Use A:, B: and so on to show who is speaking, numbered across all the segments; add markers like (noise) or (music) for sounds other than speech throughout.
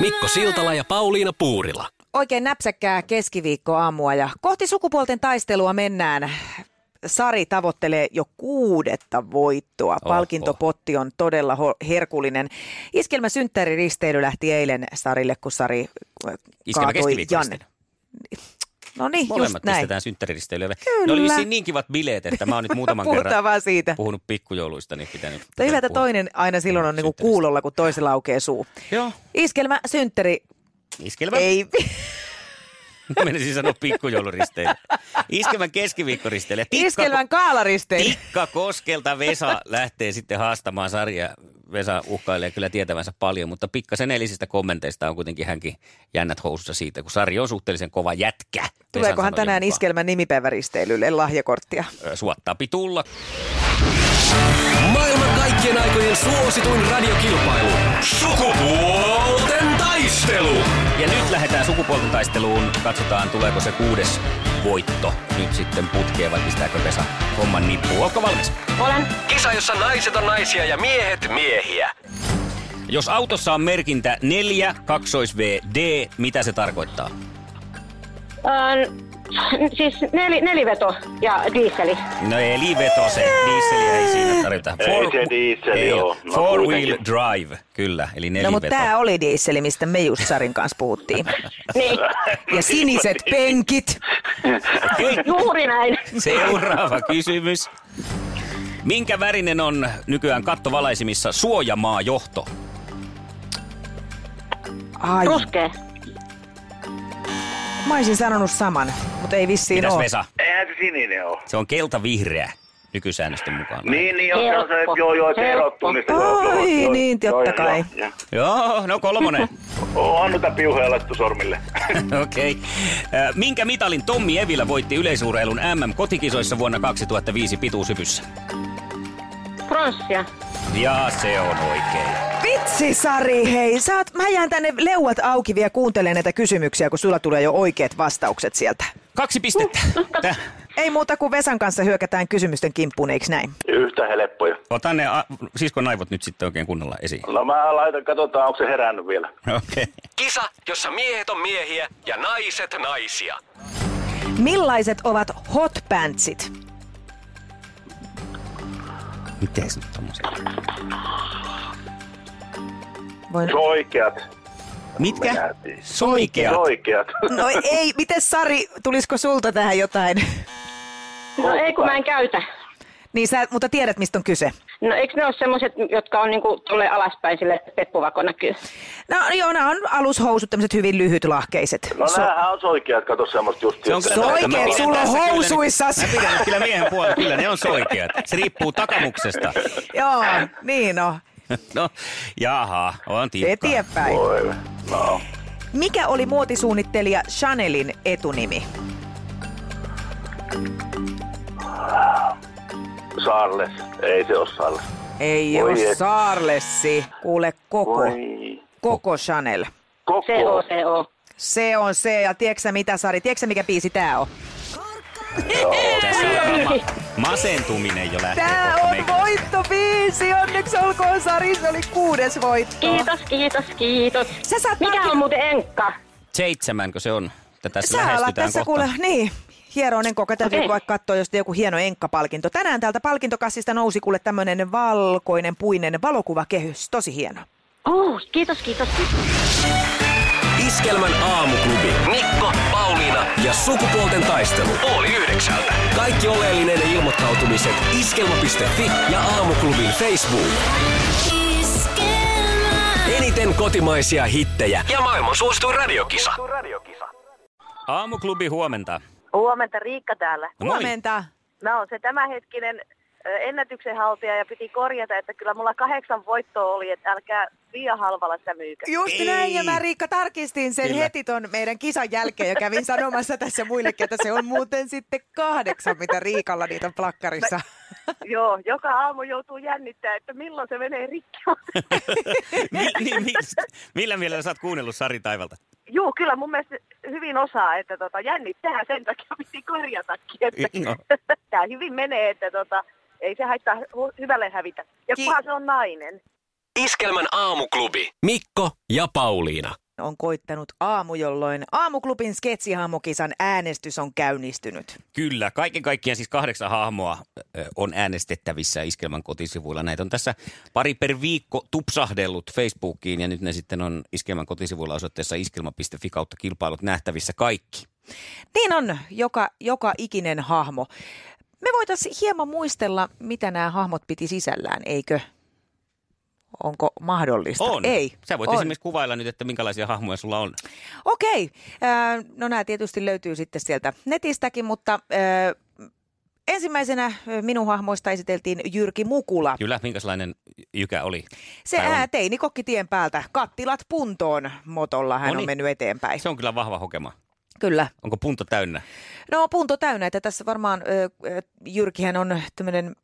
A: Mikko Siltala ja Pauliina Puurila.
B: Oikein näpsäkkää keskiviikkoaamua ja kohti sukupuolten taistelua mennään. Sari tavoittelee jo kuudetta voittoa. Palkintopotti on todella ho- herkullinen. Iskelmä synttäriristely lähti eilen Sarille, kun Sari äh,
C: Iskelmä
B: kaatoi Janne.
C: keskiviikkoisten.
B: No niin, just
C: Molemmat
B: näin.
C: pistetään synttäriristeilyä. Ne
B: Kyllä.
C: oli vissiin niin kivat bileet, että mä oon nyt
B: (laughs)
C: muutaman
B: Puhutaan
C: kerran
B: vaan siitä.
C: puhunut pikkujouluista, niin pitää nyt
B: Tai hyvä, että
C: puhua.
B: toinen aina silloin on niinku
C: Synttäristä.
B: kuulolla, kun toisella aukeaa suu.
C: Joo,
B: Iskelmä, synttäri,
C: iskelmä. (laughs) Ei.
B: ei.
C: Menisin sanoa pikkujouluristeille. Iskelmän keskiviikkoristeille. Tikka-
B: Iskelmän kaalaristeily.
C: Tikka Koskelta Vesa lähtee sitten haastamaan sarjaa. Vesa uhkailee kyllä tietävänsä paljon, mutta pikkasen eilisistä kommenteista on kuitenkin hänkin jännät housussa siitä, kun Sari on suhteellisen kova jätkä. Vesan
B: Tuleekohan
C: sanojen
B: tänään
C: mukaan.
B: iskelmän nimipäiväristeilylle lahjakorttia?
C: Ö, Suottaapi tulla.
A: Maailman kaikkien aikojen suosituin radiokilpailu. Sukupuolten taistelu.
C: Ja nyt lähdetään sukupuolten taisteluun. Katsotaan, tuleeko se kuudes voitto nyt sitten putkeen vai pistääkö Vesa homman nippuun. Oletko valmis?
A: Olen. Kisa, jossa naiset on naisia ja miehet miehiä.
C: Jos autossa on merkintä 4, 2 VD, mitä se tarkoittaa?
D: Öö, siis neli, neliveto ja diisseli.
C: No ei liiveto se, dieseliä ei siinä tarvita.
E: Ei se diesel oo. No
C: four wheel
E: kuitenkin.
C: drive, kyllä, eli
B: No
C: neliveto.
B: mutta tämä oli diisseli, mistä me just Sarin kanssa puhuttiin.
D: Niin,
B: Ja siniset penkit.
E: (laughs)
C: Hei,
D: juuri näin.
C: Seuraava kysymys. Minkä värinen on nykyään kattovalaisimissa suojamaajohto?
B: Ai,
D: Ruskee.
B: mä olisin sanonut saman, mutta ei vissiin
C: Mitäs
B: ole.
C: Vesa?
E: Eihän se sininen ole.
C: Se on kelta-vihreä nykysäännösten mukaan.
E: Niin, niin, jos
D: Helppo.
E: on se, joo, joo, se
D: Helppo.
E: erottuu, niin se
B: Ai, niin, totta kai.
C: Joo, no kolmonen. (laughs)
E: On annuta piuhoja laittu sormille.
C: Okei. Okay. Minkä mitalin Tommi Evilä voitti yleisurheilun MM-kotikisoissa vuonna 2005 pituushypyssä?
D: Pronssia.
C: Ja se on oikein.
B: Vitsi Sari, hei, sä oot, mä jään tänne leuat auki vielä kuuntelemaan näitä kysymyksiä, kun sulla tulee jo oikeat vastaukset sieltä.
C: Kaksi pistettä. Tää.
B: Ei muuta kuin Vesan kanssa hyökätään kysymysten kimppuun, eikö näin?
E: Yhtä helppoja.
C: Ota ne a- siskon aivot nyt sitten oikein kunnolla esiin.
E: No mä laitan, katsotaan, onko se herännyt vielä.
C: Okei.
A: Kisa, jossa miehet on miehiä ja naiset naisia.
B: Millaiset ovat hot pantsit?
C: Miten se nyt tommoset?
B: Voin...
E: Soikeat.
C: Mitkä?
E: Minä tiedän.
C: Soikeat.
E: Soikeat.
B: No ei, miten Sari, tulisiko sulta tähän jotain?
D: No ei kun mä en käytä.
B: Niin sä, mutta tiedät mistä on kyse.
D: No eikö ne ole semmoset, jotka on niinku tuolle alaspäin sille peppuvako näkyy?
B: No joo, nämä on alushousut, tämmöiset hyvin lyhytlahkeiset.
E: No
B: So-
E: näähän on soikeat, kato semmoista just.
C: Se on kyllä
B: Soikeat,
C: Mä pidän
B: sulla on
C: tässä kyllä nyt-
B: housuissas.
C: Mä pidän nyt kyllä miehen puolella, kyllä ne on soikeat. Se riippuu takamuksesta.
B: joo, niin no,
C: No, jaha, on tiukka.
B: eteenpäin.
E: Voi, no.
B: Mikä oli muotisuunnittelija Chanelin etunimi?
E: Charles. Ei se ole Charles.
B: Ei
E: Voi
B: ole
E: et.
B: Saarlessi. Kuule koko,
E: Voi.
B: koko Chanel.
E: Koko.
D: COCO.
B: Se on se, ja tiedätkö sä mitä Sari, tiedätkö sä mikä biisi tää on?
C: Tässä alkaa ma- masentuminen jo lähtee.
B: Tää
C: kohta
B: on
C: meikäläiseltä.
B: voittobiisi, onneksi olkoon Sari, se oli kuudes voitto.
D: Kiitos, kiitos, kiitos.
B: Sä saat
D: Mikä
B: palkin-
D: on muuten enkka?
C: Seitsemänkö se on? Tätä tässä
B: Sä alat
C: lähestytään
B: tässä
C: kohta.
B: kuule, niin, hieroinen koko. Täytyy
D: Okei.
B: okay. vaikka katsoa, jos joku hieno enkkapalkinto. Tänään täältä palkintokassista nousi kuule tämmöinen valkoinen puinen valokuvakehys. Tosi hieno.
D: Oh, kiitos, kiitos.
A: Iskelmän aamuklubi. Mikko, Pauliina ja sukupuolten taistelu. Oli yhdeksältä. Kaikki oleellinen ilmoittautumiset iskelma.fi ja aamuklubin Facebook. Eniten kotimaisia hittejä ja maailman suosituin radiokisa.
C: Aamuklubi huomenta.
F: Huomenta Riikka täällä.
C: No moi.
B: Huomenta.
F: Mä oon se tämänhetkinen ö, ennätyksenhaltija ja piti korjata, että kyllä mulla kahdeksan voittoa oli, että älkää liian halvalla sitä myykö.
B: Just
C: Ei.
B: näin, ja mä Riikka tarkistin sen
C: Kyllä.
B: heti ton meidän kisan jälkeen ja kävin sanomassa tässä muillekin, että se on muuten sitten kahdeksan, mitä Riikalla niitä on plakkarissa.
F: Joo, joka aamu joutuu jännittämään, että milloin se menee rikki.
C: Mi- (laughs) niin, mi- millä mielellä sä oot kuunnellut Sari Taivalta?
F: Joo, kyllä mun mielestä hyvin osaa, että tota, jännittää sen takia (laughs) piti korjatakin. Että (laughs)
C: No.
F: Tämä hyvin menee, että tota, ei se haittaa hu- hyvälle hävitä. Ja
B: Ki-
F: kunhan se on nainen.
A: Iskelmän aamuklubi. Mikko ja Pauliina.
B: On koittanut aamu, jolloin aamuklubin sketsihahmokisan äänestys on käynnistynyt.
C: Kyllä, kaiken kaikkiaan siis kahdeksan hahmoa ö, on äänestettävissä Iskelman kotisivuilla. Näitä on tässä pari per viikko tupsahdellut Facebookiin ja nyt ne sitten on Iskelman kotisivuilla osoitteessa iskelma.fi kautta kilpailut nähtävissä kaikki.
B: Niin on joka, joka ikinen hahmo. Me voitaisiin hieman muistella, mitä nämä hahmot piti sisällään, eikö? Onko mahdollista?
C: On.
B: Ei.
C: Sä voit
B: on.
C: esimerkiksi kuvailla nyt, että minkälaisia hahmoja sulla on.
B: Okei. Äh, No nämä tietysti löytyy sitten sieltä netistäkin, mutta äh, ensimmäisenä äh, minun hahmoista esiteltiin Jyrki Mukula.
C: Kyllä, minkälainen jykä oli?
B: Se
C: Tai on.
B: ää, teini kokki tien päältä. Kattilat puntoon motolla hän
C: Noniin.
B: on mennyt eteenpäin.
C: No niin. Se on kyllä vahva hokema.
B: Kyllä.
C: Onko punta täynnä? (laughs)
B: No punto täynnä, että tässä varmaan ö, ö, Jyrkihän on tämmöinen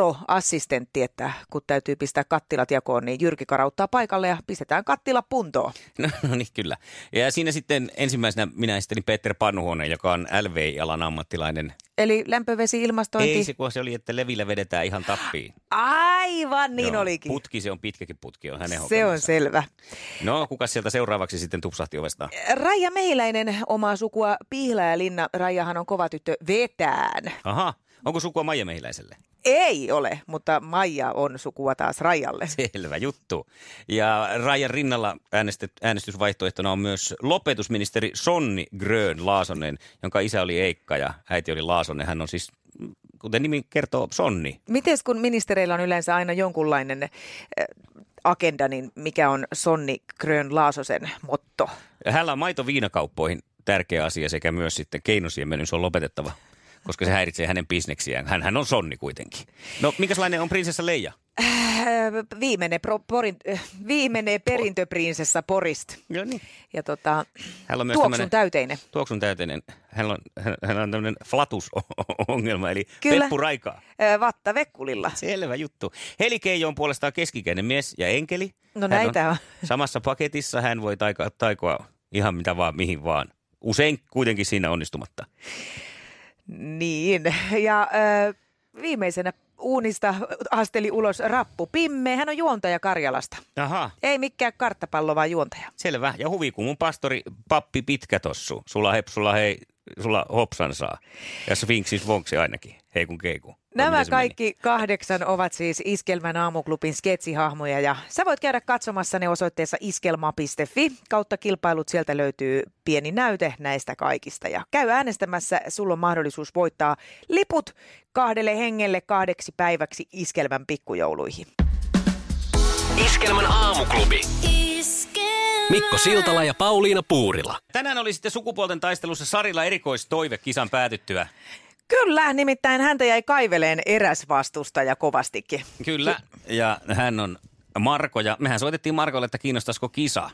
B: eroassistentti, että kun täytyy pistää kattilat jakoon, niin Jyrki karauttaa paikalle ja pistetään kattila puntoon.
C: No, no niin, kyllä. Ja siinä sitten ensimmäisenä minä esittelin Peter Pannuhonen, joka on LVI-alan ammattilainen.
B: Eli lämpövesi, ilmastointi.
C: Ei se, kun se oli, että levillä vedetään ihan tappiin.
B: Aivan (laughs) niin
C: Joo.
B: olikin.
C: Putki, se on pitkäkin putki, on hänen
B: Se on
C: hokemansa.
B: selvä.
C: No, kuka sieltä seuraavaksi sitten tupsahti ovesta?
B: Raija Mehiläinen, omaa sukua Pihlä ja Linna. Raijahan on kova tyttö vetään.
C: Aha, onko sukua Maija Mehiläiselle?
B: Ei ole, mutta Maija on sukua taas Raijalle.
C: Selvä juttu. Ja Rajan rinnalla äänestet, äänestysvaihtoehtona on myös lopetusministeri Sonni Grön Laasonen, jonka isä oli Eikka ja äiti oli Laasonen. Hän on siis, mm, kuten nimi kertoo, Sonni.
B: Mites kun ministereillä on yleensä aina jonkunlainen äh, agenda, niin mikä on Sonni Grön Laasosen motto?
C: Hänellä on maito viinakauppoihin tärkeä asia sekä myös sitten keinosiemenyn se on lopetettava, koska se häiritsee hänen bisneksiään. Hän on Sonni kuitenkin. No, minkälainen on prinsessa Leija?
B: Äh, viimeinen, pro, porin, äh, viimeinen perintöprinsessa Porist.
C: No niin.
B: Ja tota,
C: Hän on myös
B: tuoksun
C: tämmönen-
B: täyteinen.
C: Tuoksun täyteinen. Hän on, hän, hän on tämmöinen flatus-ongelma, eli
B: Kyllä.
C: Peppu Raikaa.
B: Äh, Vatta Vekkulilla.
C: Selvä juttu. Heli Keijo on puolestaan keskikäinen mies ja enkeli.
B: No
C: Hän
B: näitä on.
C: Samassa paketissa hän voi taika, taikoa ihan mitä vaan, mihin vaan. Usein kuitenkin siinä onnistumatta.
B: Niin, ja ö, viimeisenä uunista asteli ulos Rappu Pimme. Hän on juontaja Karjalasta.
C: Aha,
B: Ei mikään karttapallo, vaan juontaja.
C: selvä. Ja huvikummun pastori Pappi Pitkä tossu. Sulla hepsulla hei, sulla hopsan saa. Ja Sphinxis vonksi ainakin, hei kun keiku. Vai
B: Nämä
C: miten se
B: kaikki kahdeksan ovat siis Iskelmän aamuklubin sketsihahmoja ja sä voit käydä katsomassa ne osoitteessa iskelma.fi. Kautta kilpailut sieltä löytyy pieni näyte näistä kaikista ja käy äänestämässä. Sulla on mahdollisuus voittaa liput kahdelle hengelle kahdeksi päiväksi Iskelmän pikkujouluihin.
A: Iskelmän aamuklubi. Mikko Siltala ja Pauliina Puurila.
C: Tänään oli sitten sukupuolten taistelussa Sarilla erikoistoive kisan päätyttyä.
B: Kyllä, nimittäin häntä jäi kaiveleen eräs vastustaja kovastikin.
C: Kyllä, ja hän on Marko, ja mehän soitettiin Markolle, että kiinnostaisiko kisa.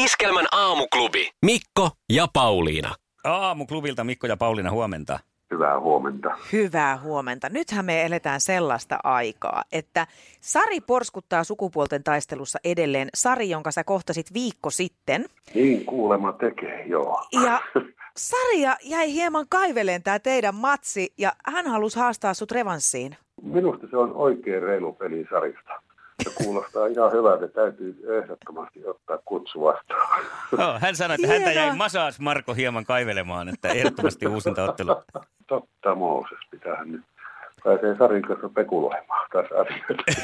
A: Iskelmän aamuklubi. Mikko ja Pauliina.
C: Aamuklubilta Mikko ja Pauliina, huomenta.
E: Hyvää huomenta.
B: Hyvää huomenta. Nythän me eletään sellaista aikaa, että Sari porskuttaa sukupuolten taistelussa edelleen. Sari, jonka sä kohtasit viikko sitten.
E: Niin kuulema tekee, joo.
B: Ja Saria jäi hieman kaiveleen tämä teidän matsi ja hän halusi haastaa sut revanssiin.
E: Minusta se on oikein reilu peli sarista. Se kuulostaa ihan hyvältä. Täytyy ehdottomasti ottaa kutsu vastaan.
C: Oh, hän sanoi, että häntä
B: Hienoa.
C: jäi masaas Marko hieman kaivelemaan, että ehdottomasti uusinta ottelu.
E: Totta Mooses pitähän nyt. Pääsee Sarin kanssa pekuloimaan taas asioita.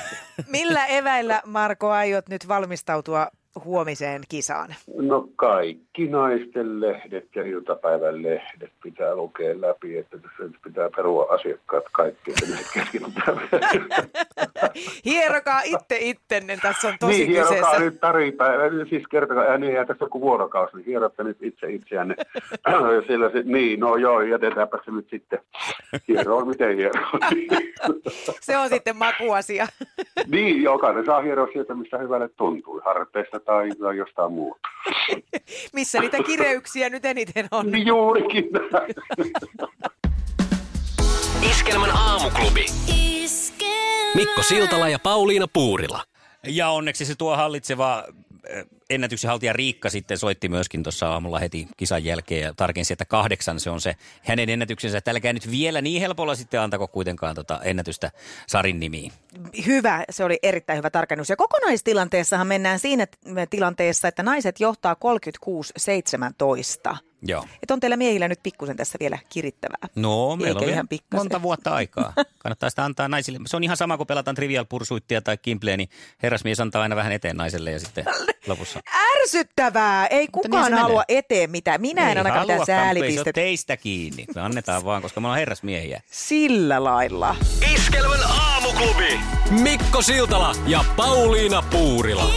B: Millä eväillä, Marko, aiot nyt valmistautua huomiseen kisaan?
E: No kaikki naisten lehdet ja iltapäivän lehdet pitää lukea läpi, että tässä nyt pitää perua asiakkaat kaikki, että nyt keskitytään.
B: Hierokaa itse ittenne, tässä on tosi
E: niin,
B: kyseessä.
E: hierokaa nyt taripäivä, siis kertokaa, ja niin, eihän tässä ole kuin vuorokausi, niin hierotte nyt itse
B: (coughs)
E: itseänne. Sillä se, niin, no joo, jätetäänpä se nyt sitten. Hieroon, miten
B: (coughs)
E: hieroon.
B: Se on sitten makuasia.
E: Niin, jokainen saa hieroa sieltä, mistä hyvälle tuntuu, harteista tai, tai jostain muuta.
B: Missä niitä kireyksiä nyt eniten on?
E: Niin juurikin näin.
B: (laughs)
A: Iskelmän aamuklubi. Mikko Siltala ja Pauliina Puurila.
C: Ja onneksi se tuo hallitseva eh, ennätyksen haltija Riikka sitten soitti myöskin tuossa aamulla heti kisan jälkeen ja tarkensi, että kahdeksan se on se hänen ennätyksensä. Tälläkään nyt vielä niin helpolla sitten antako kuitenkaan tota ennätystä Sarin nimiin.
B: Hyvä, se oli erittäin hyvä tarkennus. Ja kokonaistilanteessahan mennään siinä t- tilanteessa, että naiset johtaa 36-17.
C: Joo.
B: Et on teillä miehillä nyt pikkusen tässä vielä kirittävää.
C: No, meillä
B: Eikä
C: on vielä
B: ihan pikkasen.
C: monta vuotta aikaa. Kannattaa sitä antaa naisille. Se on ihan sama, kun pelataan Trivial Pursuittia tai Kimpleä, niin herrasmies antaa aina vähän eteen naiselle ja (laughs) sitten lopussa.
B: Ärsyttävää! Ei
C: Mutta
B: kukaan
C: niin se
B: halua eteen mitään. Minä en ainakaan mitään
C: haluakaan, mutta Ei se ole
B: säälipistettä.
C: teistä kiinni. Me annetaan vaan, koska me ollaan herrasmiehiä.
B: Sillä lailla.
A: Iskelmän aamuklubi. Mikko Siltala ja Pauliina Puurila.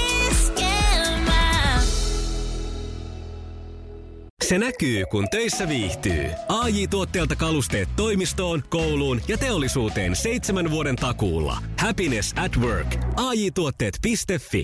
A: Se näkyy, kun töissä viihtyy. ai tuotteelta kalusteet toimistoon, kouluun ja teollisuuteen seitsemän vuoden takuulla. Happiness at work. AJ-tuotteet.fi.